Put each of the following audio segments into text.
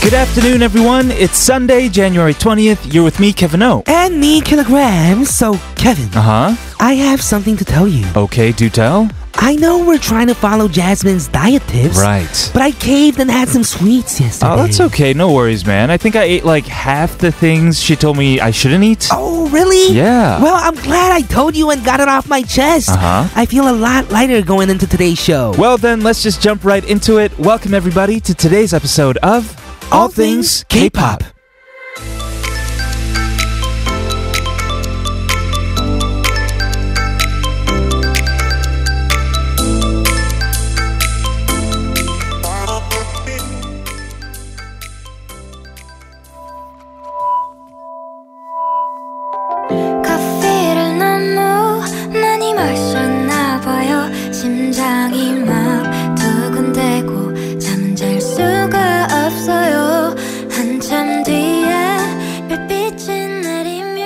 Good afternoon, everyone. It's Sunday, January 20th. You're with me, Kevin O. And me, kilograms. So, Kevin, Uh huh. I have something to tell you. Okay, do tell. I know we're trying to follow Jasmine's diet tips. Right. But I caved and had some sweets yesterday. Oh, that's okay. No worries, man. I think I ate like half the things she told me I shouldn't eat. Oh, really? Yeah. Well, I'm glad I told you and got it off my chest. Uh-huh. I feel a lot lighter going into today's show. Well, then, let's just jump right into it. Welcome, everybody, to today's episode of All Things K-Pop. 커피를 너무 많이 마셨나 봐요 심장이 막 두근대고 잠은 잘 수가 없어요 한참 뒤에 별빛이 내리면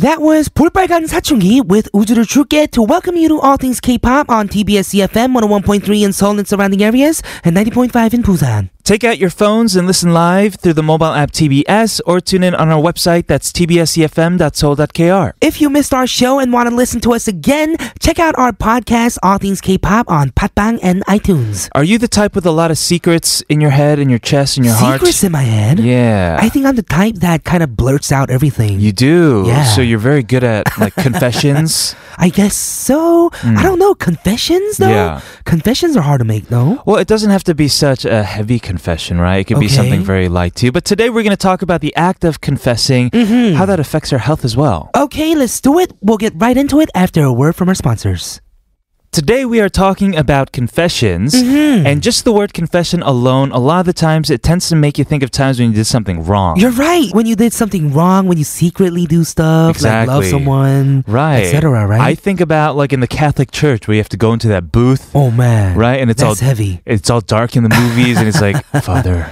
That was 볼빨간 사춘기 with 우주를 줄게 to welcome you to all things K-pop on TBS EFM 101.3 in Seoul and surrounding areas and 90.5 in Busan. Take out your phones and listen live through the mobile app TBS or tune in on our website that's tbsefm.soul.kr. If you missed our show and want to listen to us again, check out our podcast All Things K-pop on Patbang and iTunes. Are you the type with a lot of secrets in your head, in your chest, in your Secrets in my head. heart? Yeah. I think I'm the type that kind of blurts out everything. you do. Yeah. So you're very good at like confessions. I guess so. I don't know. Confessions though. Mm. Yeah. Confessions are hard to make though. Well, it doesn't have to be such a heavy confession, right? It could be something Okay. very light too. But today we're going to talk about the act of confessing, Mm-hmm. how that affects our health as well. Okay, let's do it. We'll get right into it after a word from our sponsors. Today we are talking about confessions, Mm-hmm. and just the word confession alone, a lot of the times it tends to make you think of times when you did something wrong. You're right. When you did something wrong, when you secretly do stuff, like love Exactly. someone, right. etc. I Right? think about like in the Catholic Church where you have to go into that booth, oh man, right? And it's that's all heavy. It's all dark in the movies, and it's like, Father,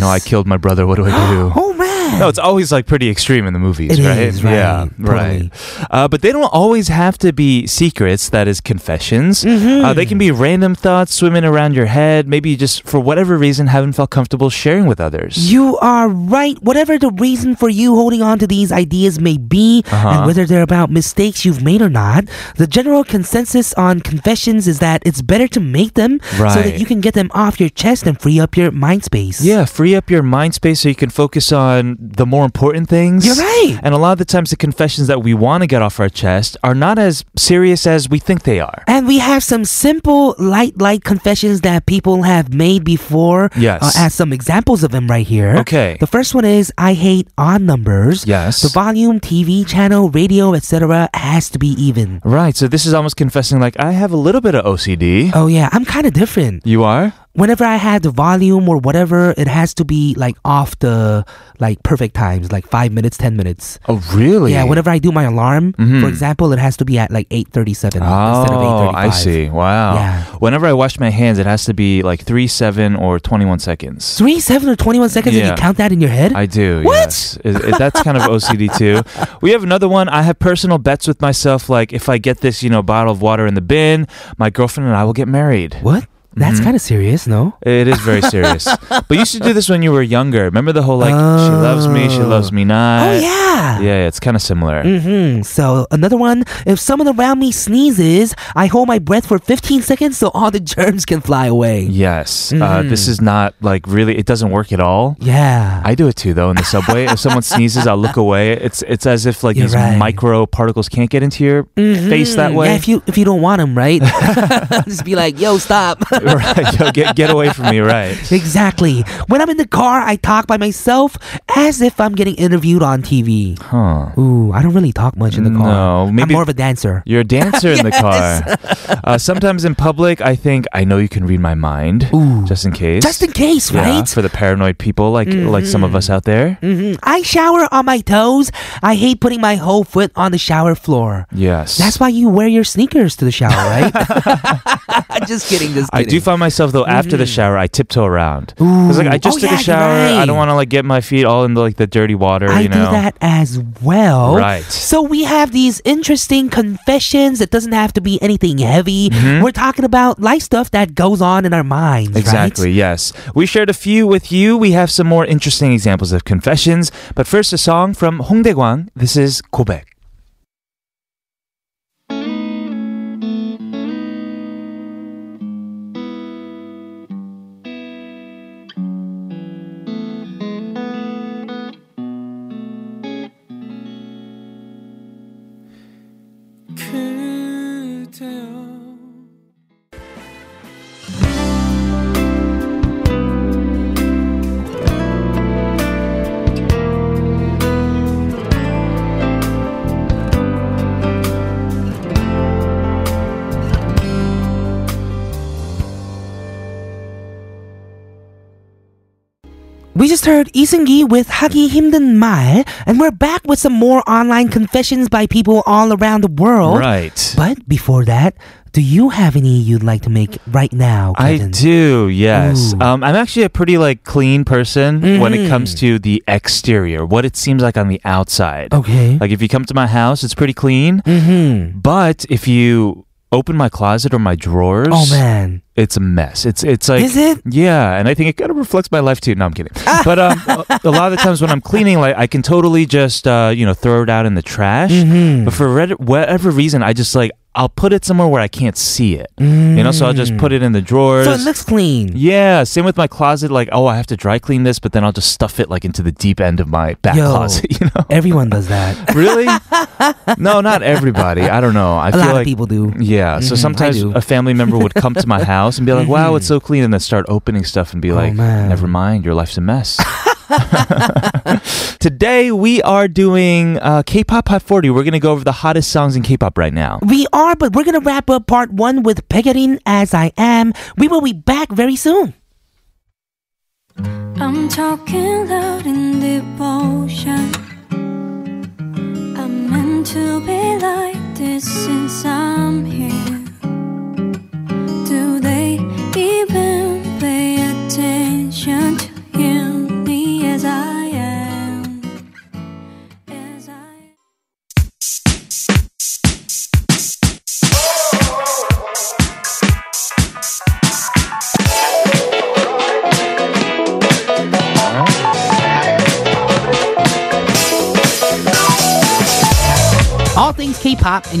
you know, I killed my brother. What do I do? Oh man. No, it's always like pretty extreme in the movies, It right? is, right, Yeah, totally. right. Uh, but they don't always have to be secrets. That is confessions. Mm-hmm. Uh, they can be random thoughts swimming around your head. Maybe you just for whatever reason haven't felt comfortable sharing with others. You are right. Whatever the reason for you holding on to these ideas may be, Uh-huh. and whether they're about mistakes you've made or not, the general consensus on confessions is that it's better to make them so Right. that you can get them off your chest and free up your mind space. yeah, free up your mind space so you can focus on the more important things. You're right. And a lot of the times, the confessions that we want to get off our chest are not as serious as we think they are. And we have some simple, light, light confessions that people have made before. Yes. Uh, as some examples of them right here. Okay. The first one is I hate odd numbers. Yes. The volume, TV channel, radio, etc. has to be even. Right. So this is almost confessing, like, I have a little bit of OCD. Oh, yeah. I'm kind of different. You are? Whenever I had the volume or whatever, it has to be like off the like perfect times, like five minutes, ten minutes. Oh, really? Yeah, whenever I do my alarm, for example, it has to be at like eight thirty-seven instead of eight Oh, I thirty-five. see. Wow. Yeah. Whenever I wash my hands, it has to be like 3, 7, or 21 seconds. Three, seven, or twenty-one seconds, Yeah. and you count that in your head. I do. What? Yes. Is- is- that's kind of OCD too. We have another one. I have personal bets with myself. Like, if I get this, you know, bottle of water in the bin, my girlfriend and I will get married. What? That's Mm-hmm. kind of serious, no? It is very serious. but you should do this when you were younger. Remember the whole like, she loves me, she loves me not. oh yeah. Uh, Yeah, it's kind of similar. hmm So another one, if someone around me sneezes, I hold my breath for 15 seconds so all the germs can fly away. Yes. Uh, Mm. this is not like really, it doesn't work at all. Yeah. I do it too, though, in the subway. if someone sneezes, I'll look away. It's it's as if like You're these right. Mm-hmm. micro particles can't get into your face that way. Yeah, if you if you don't want them, right? Just be like, yo, stop. right, yo, get get away from me, right? exactly. When I'm in the car, I talk by myself as if I'm getting interviewed on TV. Huh. Ooh, I don't really talk much in the car. No, maybe- I'm more of a dancer. You're a dancer in the car. Uh, sometimes in public, I think I know you can read my mind, Ooh. just in case. Just in case, Yeah, right? for the paranoid people like like some of us out there. hmm I shower on my toes. I hate putting my whole foot on the shower floor. Yes. That's why you wear your sneakers to the shower, right? just kidding, just I kidding. Mm-hmm. do find myself though after the shower, I tiptoe around. It's like I Ooh. just Oh, took yeah, a you're shower. I right. don't want to like get my feet all in the, like the dirty water. I you know. do that as well. Right. So we have these interesting confessions that doesn't have to be anything heavy. Mm-hmm. We're talking about life stuff that goes on in our minds. Exactly, Right? yes. We shared a few with you. We have some more interesting examples of confessions. But first, a song from Hong Dae-kwang. This is 고백. We just heard Isungi with Hagi Himden Mal, and we're back with some more online confessions by people all around the world. Right. But before that, do you have any you'd like to make right now? I Kevin? do, yes. Ooh. Um, I'm actually a pretty like clean person when it comes Mm-hmm. to the exterior, what it seems like on the outside. Okay. Like if you come to my house, it's pretty clean. mm-hmm. But if you open my closet or my drawers, Oh man. it's a mess. It's it's like Is it? Yeah, and I think it kind of reflects my life too. No, I'm kidding. But um, a- a lot of the times when I'm cleaning, like I can totally just uh, you know throw it out in the trash. Mm-hmm. But for red- whatever reason, I just like I'll put it somewhere where I can't see it. You know, so I'll just put it in the drawers. So it looks clean. yeah, same with my closet. Like, oh, I have to dry clean this, but then I'll just stuff it like into the deep end of my back Yo. closet. You know, Everyone does that. really? no, not everybody. I don't know. I A feel lot like of people do. yeah. Mhm, So I sometimes do. a family member would come to my house and be like, wow, it's so clean. And then start opening stuff and be like, man. never mind, your life's a mess. Today we are doing uh, K-pop Hot 40. We're going to go over the hottest songs in K-pop right now. We are, but we're gonna wrap up part one with Pegarin as I am. We will be back very soon. I'm talking loud in devotion. I'm meant to be like this since I'm here. Do they even pay attention to hear me as I am? As I am. All things K-pop in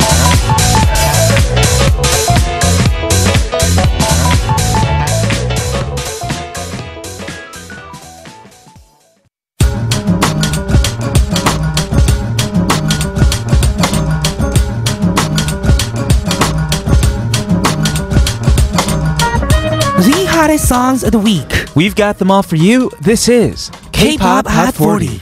The hottest songs of the week. We've got them all for you. This is K-pop, Hot 40.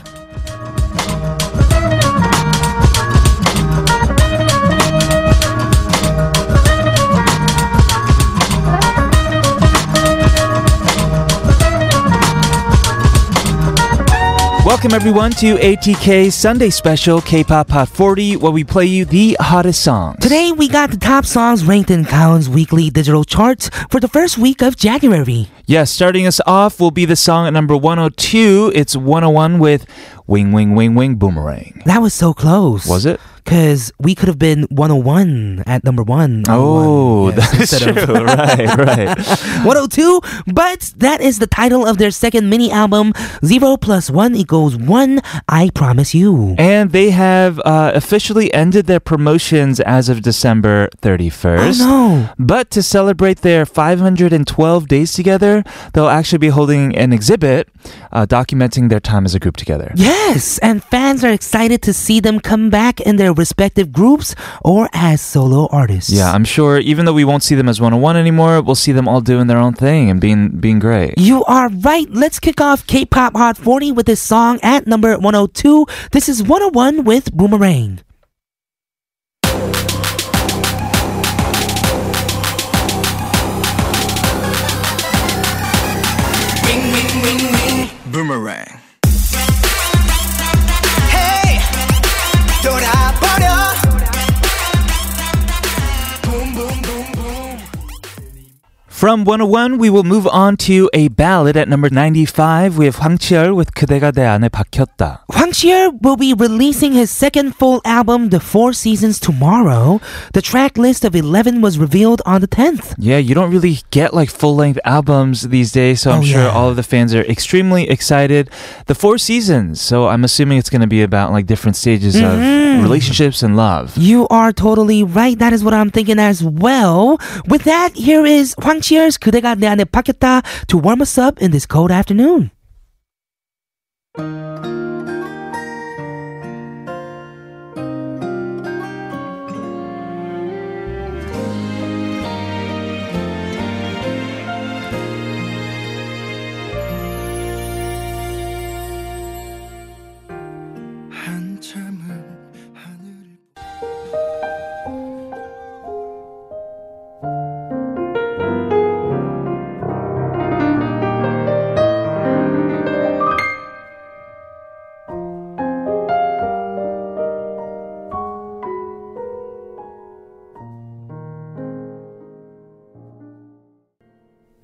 Welcome everyone to ATK Sunday Special K-pop Hot 40, where we play you the hottest songs. Today we got the top songs ranked in Kaon's weekly digital charts for the first week of January. Yes, starting us off will be the song at number 102. It's 101 with Wing Wing Wing Wing Boomerang. That was so close. Was it? Because we could have been 101 at number one. Oh, 101, yes, that's instead of- true. right, right. 102, but that is the title of their second mini album, Zero Plus One Equals One, I Promise You. And they have uh, officially ended their promotions as of December 31st. Oh But to celebrate their 512 days together, they'll actually be holding an exhibit uh, documenting their time as a group together. no! Yes, and fans are excited to see them come back in their respective groups or as solo artists. Yeah, I'm sure even though we won't see them as 101 anymore, we'll see them all doing their own thing and being being great. You are right. Let's kick off K pop Hot 40 with this song at number 102. This is 101 with Boomerang. Boomerang. From 101, we will move on to a ballad at number 95. We have Hwang Chi-yeol with 그대가 내 안에 박혔다. Hwang Xier will be releasing his second full album, The Four Seasons, tomorrow. The track list of 11 was revealed on the 10th. Yeah, you don't really get like full length albums these days, so I'm Oh, sure yeah. all of the fans are extremely excited. The Four Seasons, so I'm assuming it's going to be about like different stages Mm-hmm. of relationships and love. You are totally right. That is what I'm thinking as well. With that, here is Hwang Chier's 그대가 내 안에 박혔다 to warm us up in this cold afternoon.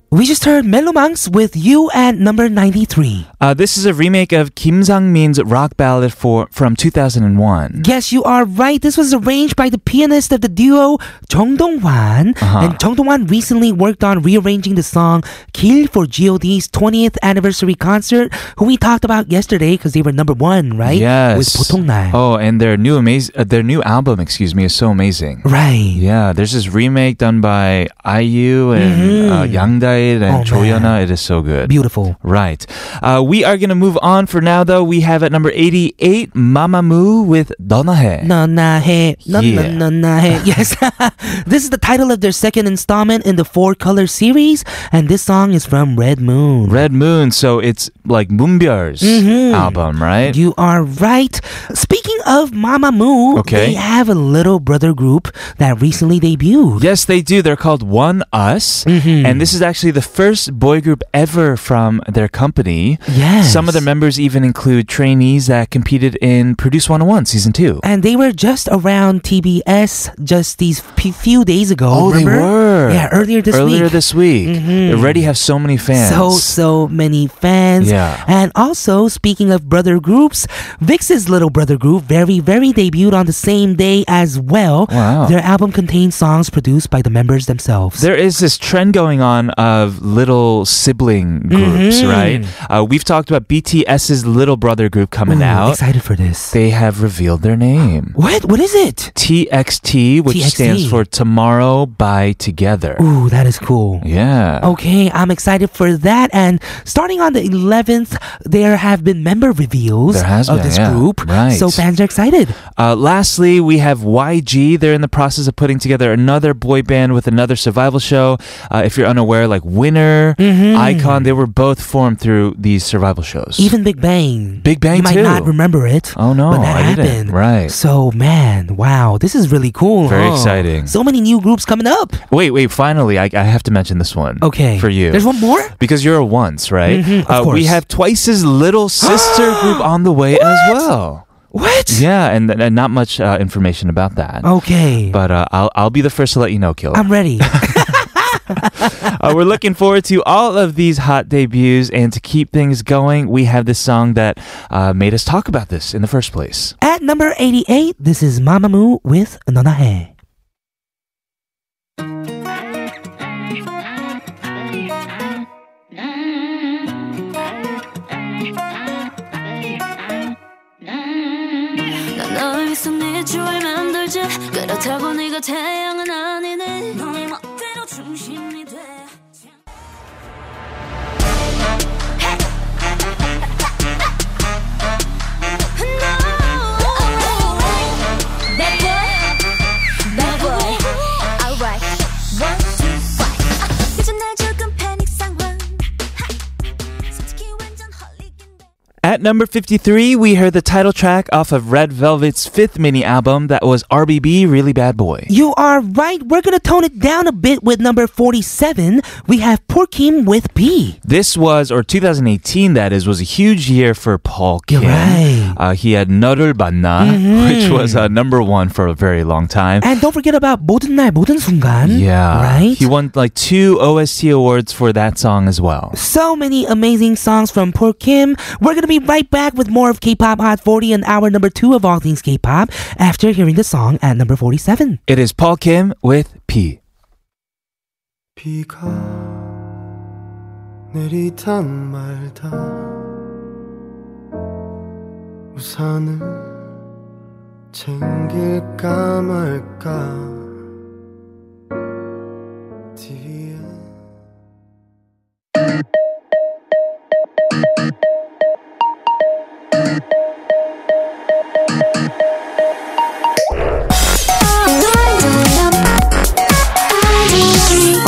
We just heard Melomangs with you at number 93. Uh, this is a remake of Kim Sang Min's rock ballad for from 2001. Yes, you are right. This was arranged by the pianist of the duo, Jong Dong-hwan. Uh-huh. And Jong Dong-hwan recently worked on rearranging the song Kill for GOD's 20th anniversary concert, who we talked about yesterday because they were number one, right? Yes. With 보통날. Oh, and their new amaz- uh, their new album, excuse me, is so amazing. Right. Yeah, there's this remake done by IU and uh, Yang Dae-il and Oh, Cho man. Yeon-ah. It is so good. Beautiful. Right. Uh, we are going to move on for now, though. We have at number 88, Mamamoo with Donahe. 너나해 Yeah. 너너너나해 Yes This is the title of their second installment in the Four Color series and this song is from Red Moon Red Moon, so it's like Moonbyul's album, right? Mm-hmm. You are right. Speaking of Mama Moo, Okay. they have a little brother group that recently debuted. Yes, they do. They're called One Us, Mm-hmm. and this is actually the first boy group ever from their company. Yes. Some of the members even include trainees that competed in Produce 101 season 2. And they were just around TBS just these p- few days ago. Oh, they remember? were. Yeah, earlier this Earlier week. Mm-hmm. this week. They already have so many fans. So, so many fans. Yeah. And also, speaking of brother groups, Vix's little brother group, Very Very, debuted on the same day as well. Wow. Their album contains songs produced by the members themselves. There is this trend going on of little sibling groups, Mm-hmm. right? Uh, we've talked about BTS's little brother group coming Ooh, out. excited for this. They have revealed their name. what? What is it? TXT, which TXT. stands for Tomorrow by Together. Ooh, Oh, that is cool. Yeah. Okay, I'm excited for that. And starting on the 11th, there have been member reveals There has of been, this yeah. group. Right. So fans are excited. Uh, lastly, we have YG. They're in the process of putting together another boy band with another survival show. Uh, if you're unaware, like Winner, Icon, they were both formed through these survival shows. Mm-hmm. Even Big Bang. Big Bang You might too. not remember it. Oh, no, but that I didn't. happened. Right. So man, wow, this is really cool. Very huh? exciting. So many new groups coming up. wait, wait. Finally, I, I have to mention this one. Okay. for you. There's one more. because you're a once, right? Mhm, uh, of we course. have Twice's little sister group on the way as well. What? Yeah, and, and not much uh, information about that. Okay. But uh, I'll I'll be the first to let you know, Kill. Oh, I'm ready. uh, we're looking forward to all of these hot debuts, and to keep things going, we have this song that uh, made us talk about this in the first place. At number 88, this is Mamamoo with 너나해. 난 너의 위선 네 추월 만들지 그렇다고 네가 태양은 아니네 너의 멋대로 중심이 돼 요즘 날 조금 패닉 상황 솔직히 완전 헐리긴 돼 At number 53, we heard the title track off of Red Velvet's fifth mini album that was RBB Really Bad Boy. You are right. We're going to tone it down a bit with number 47. We have Porkim with B. This was, or 2018, that is, was a huge year for Paul Kim. right. Mm-hmm. Uh, he had 너를 만나, which was uh, number one for a very long time. And don't forget about 모든 날 모든 순간. yeah. Mm-hmm. Right? He won like two OST awards for that song as well. so many amazing songs from Poor Kim. We're gonna be right back with more of K-pop Hot 40 and hour number two of all things K-pop after hearing the song at number 47. It is Paul Kim with P. 비가 내리던 말다 우산을 챙길까 말까 뒤에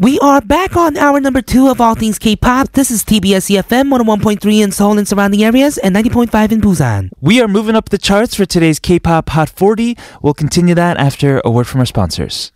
We are back on hour number two of all things K-pop. This is TBS EFM 101.3 in Seoul and surrounding areas and 90.5 in Busan. We are moving up the charts for today's K-pop Hot 40. We'll continue that after a word from our sponsors.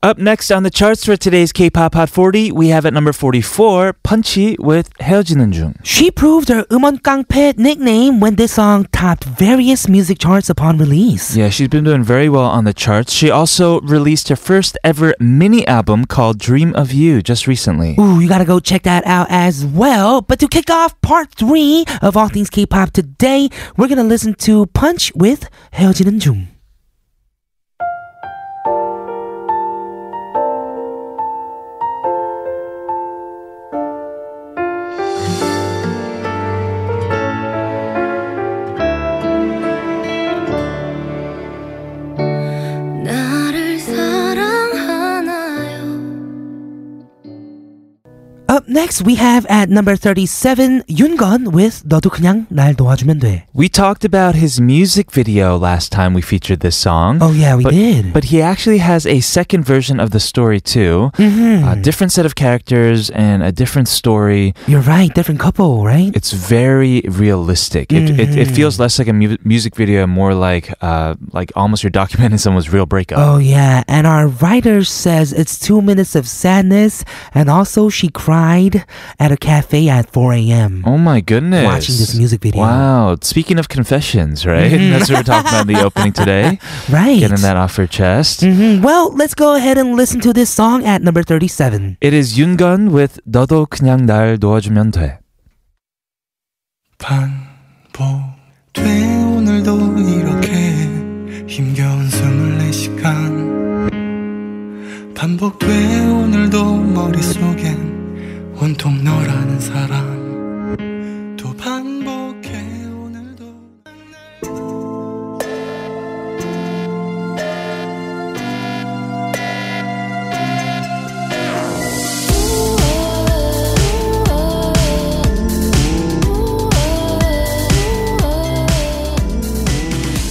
Up next on the charts for today's K-pop Hot 40, we have at number 44 Punchy with 헤어지는 중. She proved her 음원 깡패 nickname when this song topped various music charts upon release. Yeah, she's been doing very well on the charts. She also released her first ever mini album called Dream of You just recently. Ooh, you gotta go check that out as well. But to kick off part three of all things K-pop today, we're gonna listen to Punch with 헤어지는 중. 나를 사랑하나요? Up next, we have at number 37, 윤건 with 너도 그냥 날 놓아주면 돼. We talked about his music video last time we featured this song. Oh yeah, we but, did. But he actually has a second version of the story too. Mm-hmm. A different set of characters and a different story. You're right, different couple, right? It's very realistic. It, it, it Mm-hmm. feels less like a mu- music video, and more like uh, like almost you're documenting someone's real breakup. Oh yeah, and our writer says it's two minutes of sadness, and also she cried at a cafe at 4 a.m. Oh my goodness. Watching this music video. Wow. Speaking of confessions, right? That's what we're talking about in the opening today. Right. Getting that off your chest. Mhm. Well, let's go ahead and listen to this song at number 37. It is Yungun with 너도 그냥 날 놓아주면 돼. 반복돼 오늘도 이렇게 힘겨운 24시간 반복돼 오늘도 머릿속엔 온통 너라는 사람 또 반복해 오늘도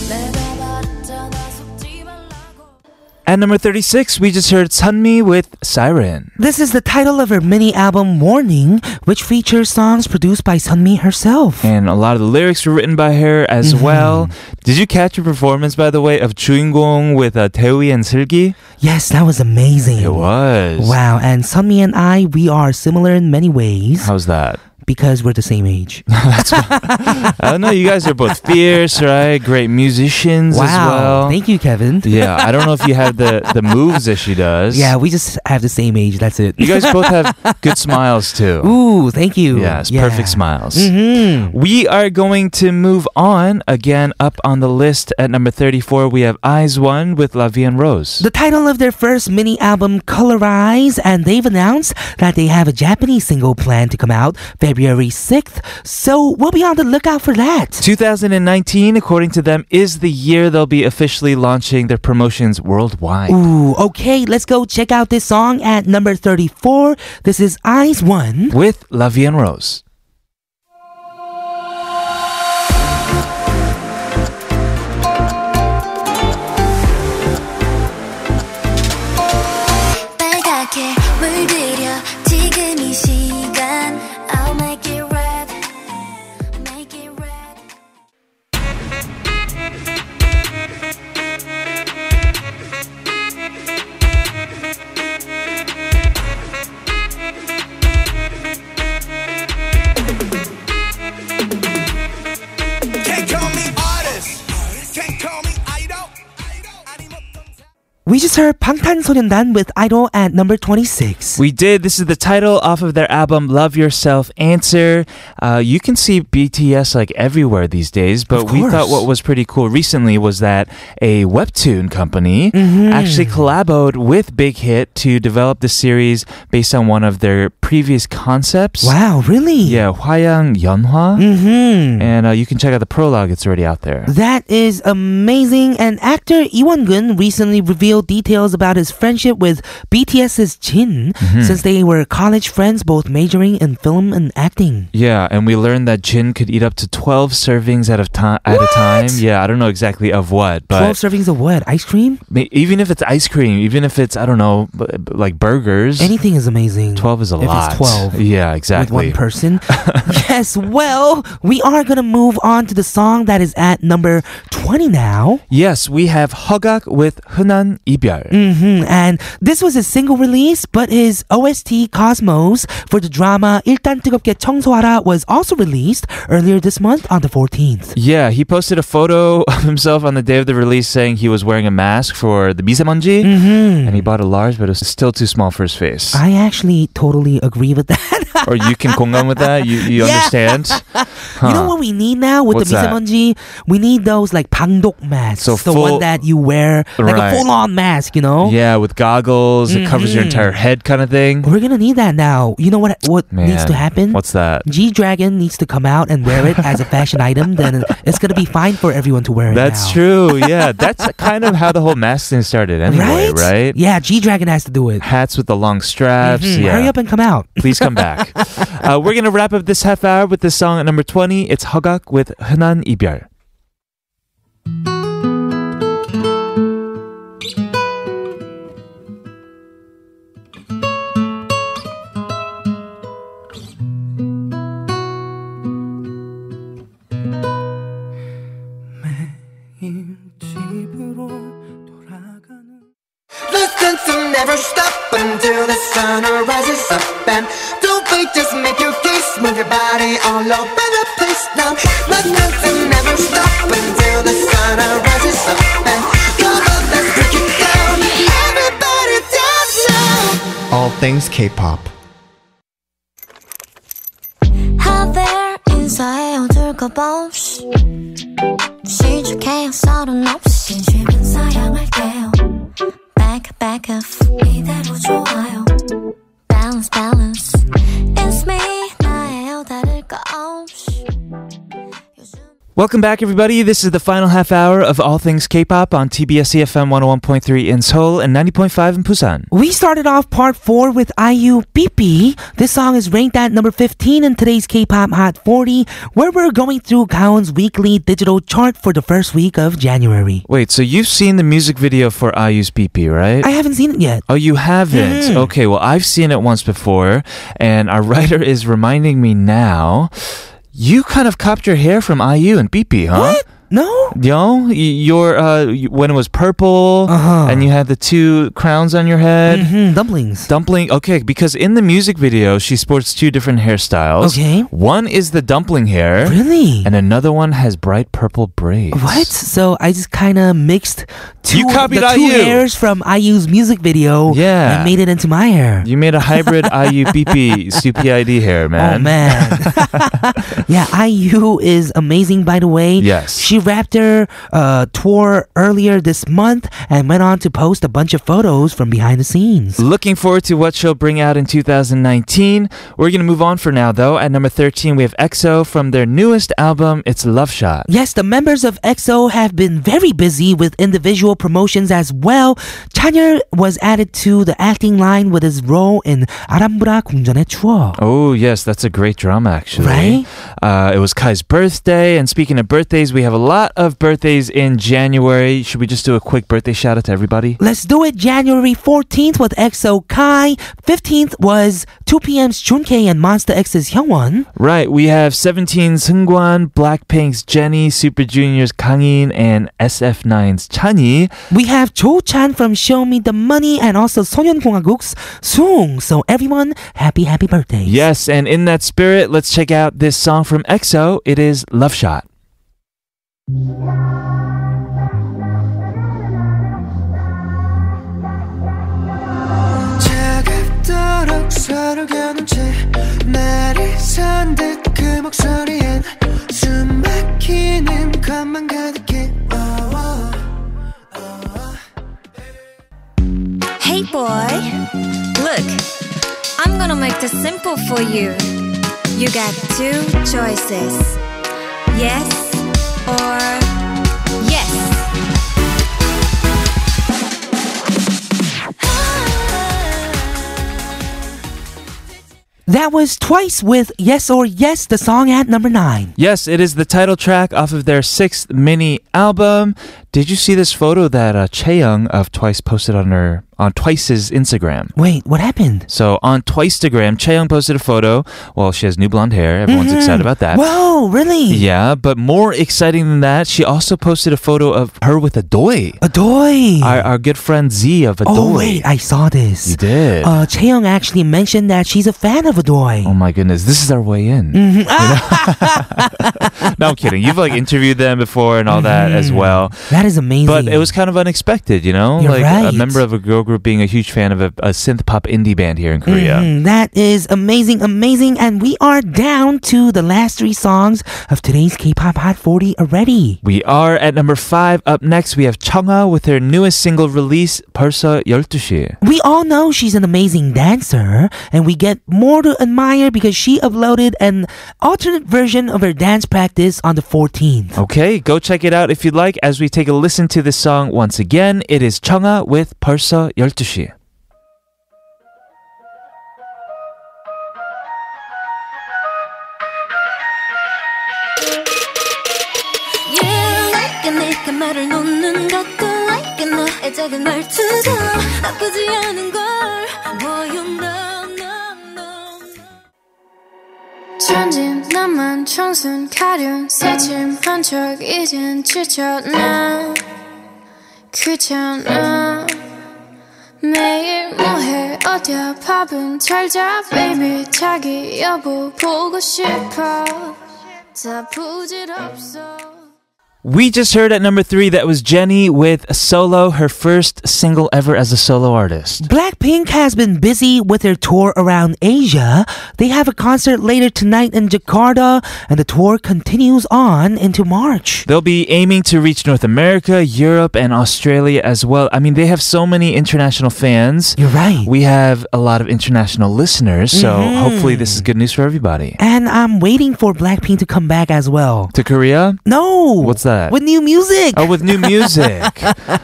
내가 봤잖아 속지 말라고 At number 36, we just heard Sunmi with Siren. This is the title of her mini album Morning, which features songs produced by Sunmi herself. And a lot of the lyrics were written by her as Mm-hmm. well. Did you catch her performance, by the way, of Chuingong with uh, Taewi and Silgi? Yes, that was amazing. It was. Wow, and Sunmi and I, we are similar in many ways How's that? because we're the same age. I don't know. You guys are both fierce, right? Great musicians as well. Thank you, Kevin. yeah, I don't know if you have the, the moves that she does. Yeah, we just have the same age. That's it. You guys both have good smiles, too. Ooh, thank you. Yes, Yeah. perfect smiles. Mhm. We are going to move on again up on the list at number 34. We have Eyes One with La Vie en Rose. The title of their first mini album, Colorize, and they've announced that they have a Japanese single planned to come out February 6th, so we'll be on the lookout for that. 2019, according to them, is the year they'll be officially launching their promotions worldwide. Ooh, okay, let's go check out this song at number 34. This is Eyes One. With La Vie en Rose. 빨갛게 물들여 지금 이 시간 I'll make it red Make it red Can't call me artist. Can't call me idol. 아니면 We just heard 방탄소년단 with Idol at number 26. We did. This is the title off of their album "Love Yourself." Answer. Uh, you can see BTS like everywhere these days, but Of we thought course. what was pretty cool recently was that a webtoon company Mm-hmm. actually collaborated with Big Hit to develop the series based on one of their previous concepts. wow, really? Yeah, Hwayang Yeonhwa, hmm and uh, you can check out the prologue. It's already out there. That is amazing. And actor Iwan Gun recently revealed details about his friendship with BTS's Jin Mm-hmm. since they were college friends, both majoring in film and acting. Yeah, and we learned that Jin could eat up to twelve servings at a time. At a time. Yeah, I don't know exactly of what, but 12 servings of what? Ice cream? Ma- even if it's ice cream, even if it's I don't know, b- b- like burgers. Anything is amazing. twelve is a if it's lot. 12. Yeah, exactly. With one person. yes, well, we are going to move on to the song that is at number 20 now. yes, we have Hogak with Hunan Ibyal. hmm And this was his single release, but his OST Cosmos for the drama 일단 뜨겁게 청소하라 was also released earlier this month on the 14th. Yeah, he posted a photo of himself on the day of the release saying he was wearing a mask for the Bisamonji Mm-hmm. and he bought a large but it's still too small for his face. I actually totally agree with that. or you can kongan with that, you, you Yeah. understand? Huh. You know what we need now with What's the that? 미세먼지? We need those like 방독 masks. So the full- one that you wear like Right. a full-on mask, you know? Yeah, with goggles, it covers your Mm-hmm. entire head kind of thing. We're gonna need that now. You know what what Man, needs to happen? What's that? G Dragon needs to come out and wear it as a fashion item, then it's gonna be fine for everyone to wear it. That's now. true. Yeah, that's kind of how the whole mask thing started anyway, right? Yeah, G Dragon has to do it. hats with the long straps. Hmm, Yeah. Hurry up and come out. Please come back. uh, we're going to wrap up this half hour with this song at number 20. It's Hogak with 흔한 이별. 집으로 돌아가는 Listen to never stop until the sun rises up and don't wait, just make your case, move your body all over the place now. Listen to never stop until the sun rises up and come on, let's break it down. Everybody dance now. All things K-pop. How there 인사에 어둘까봐없이 시작해요 서른 없이 집은 사양할게요 Back back off 이대로 좋아요 Balance balance It's me 나예요 다를 거 없이 요즘 Welcome back, everybody. This is the final half hour of All Things K-Pop on TBS EFM 101.3 in Seoul and 90.5 in Busan. We started off part four with IU BP. This song is ranked at number 15 in today's K-pop Hot 40, where we're going through Gaon's weekly digital chart for the first week of January. Wait, so you've seen the music video for IU's BP, right? I haven't seen it yet. Oh, you haven't? Mm-hmm. Okay, well, I've seen it once before, and our writer is reminding me now. You kind of copped your hair from IU and BP, huh? What? No? Yo, y- your uh, y- when it was purple, Uh-huh. and you had the two crowns on your head. Hmm, dumplings. Dumpling. Okay, because in the music video, she sports two different hairstyles. Okay. One is the dumpling hair, Really? and another one has bright purple braids. What? So I just kind of mixed two, You copied the two IU. hairs from IU's music video Yeah. and made it into my hair. You made a hybrid IU BP CPID hair, man. Oh man. yeah, IU is amazing by the way. Yes. She She wrapped her uh, tour earlier this month and went on to post a bunch of photos from behind the scenes. Looking forward to what she'll bring out in 2019. We're going to move on for now, though. At number 13, we have EXO from their newest album, It's Love Shot. Yes, the members of EXO have been very busy with individual promotions as well. Chanyeol was added to the acting line with his role in 아람브라 궁전의 추억. Oh, yes, that's a great drama, actually. Right? Uh, it was Kai's birthday. And speaking of birthdays, we have a lot of birthdays in January. Should we just do a quick birthday shout out to everybody? Let's do it January 14th with EXO Kai. 15th was 2PM's Junkei and Monster X's Hyungwon. Right, we have 17's Hungwan, Blackpink's Jennie, Super Junior's Kangin, and SF9's Chani. We have Cho Chan from Show Me the Money and also Sonyeon Kongaguk's Sung. So everyone, happy, happy birthday. Yes, and in that spirit, let's check out this song from EXO. It is Love Shot. 차갑도록 서로 겨눈치 날이 산듯 그 목소리엔 숨 막히는 것만 가득해 oh, oh. Hey boy, look, I'm gonna make this simple for you. You got two choices yes or yes. That was twice with Yes or Yes, the song at number nine. Yes, it is the title track off of their sixth mini album. Did you see this photo that uh, Chaeyoung of Twice posted on her on Twice's Instagram? Wait, what happened? So on Twicestagram, Chaeyoung posted a photo. Well, she has new blonde hair. Everyone's Mm-hmm. excited about that. Whoa, really? Yeah, but more exciting than that, she also posted a photo of her with a doy. Adoy. Our, our good friend Z of a oh, doy. wait, I saw this. You did. Uh, Chaeyoung actually mentioned that she's a fan of Adoy. Oh my goodness, this is our way in. You Mm-hmm. know? no, I'm kidding. You've like interviewed them before and all that as Mm-hmm. well. That is amazing. But it was kind of unexpected, you know? You're like a right. member of a girl group being a huge fan of a, a synth pop indie band here in Korea. Mhm, that is amazing, amazing. And we are down to the last three songs of today's K pop Hot 40 already. We are at number five. Up next, we have Changha with her newest single release, 벌써 12시. We all know she's an amazing dancer, and we get more to admire because she uploaded an alternate version of her dance practice on the 14th. Okay, go check it out if you'd like as we take a listen to this song once again. It is Changha with 벌써 12시. Yeah, like a 내가 말을 놓는 것도 like a 너의 작은 말투도 나쁘지 않은 걸 Boy, you know, know, know. 전진 나만 청순 가련 새침 한척 이젠 지쳐 나 귀찮아 매일 뭐해 어디야 밥은 잘자 baby 자기 여보 보고 싶어 다 부질없어 We just heard at number three that was Jenny with Solo, her first single ever as a solo artist. Blackpink has been busy with their tour around Asia. They have a concert later tonight in Jakarta, and the tour continues on into March. They'll be aiming to reach North America, Europe, and Australia as well. I mean, they have so many international fans. You're right. We have a lot of international listeners, so Mm-hmm. hopefully, this is good news for everybody. And I'm waiting for Blackpink to come back as well. To Korea? No. What's that? With new music. Oh, with new music.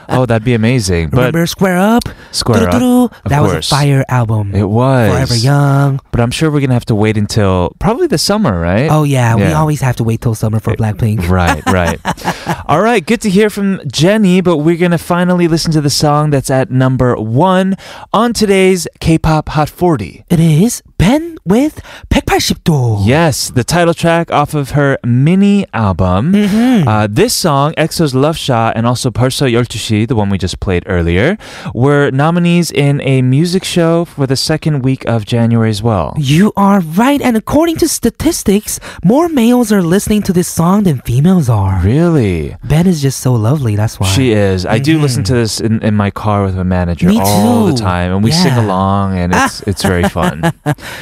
oh, that'd be amazing. But Remember Square Up? Square Up, Duru-duru? of That was course. a fire album. it was. Forever Young. But I'm sure we're going to have to wait until probably the summer, right? Oh yeah, we Yeah. always have to wait till summer for Blackpink. Right, right. All right, good to hear from Jenny, but we're going to finally listen to the song that's at number one on today's K pop Hot 40. It is Ben with 180도. Yes, the title track off of her mini album. Mm-hmm. Uh, this song, EXO's Love Shot, and also Parso Yoltushi, the one we just played earlier, were nominees in a music show for the second week of January as well. You are right, and according to statistics, more males are listening to this song than females are. Really? Ben is just so lovely, that's why. Mm-hmm. She is. I do listen to this in, in my car with my manager Me all the too. time, and we sing Yeah. along, and it's it's very fun.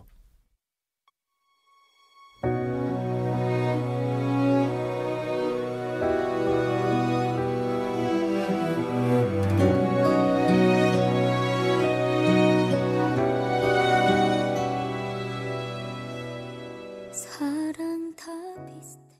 사랑 다 비슷해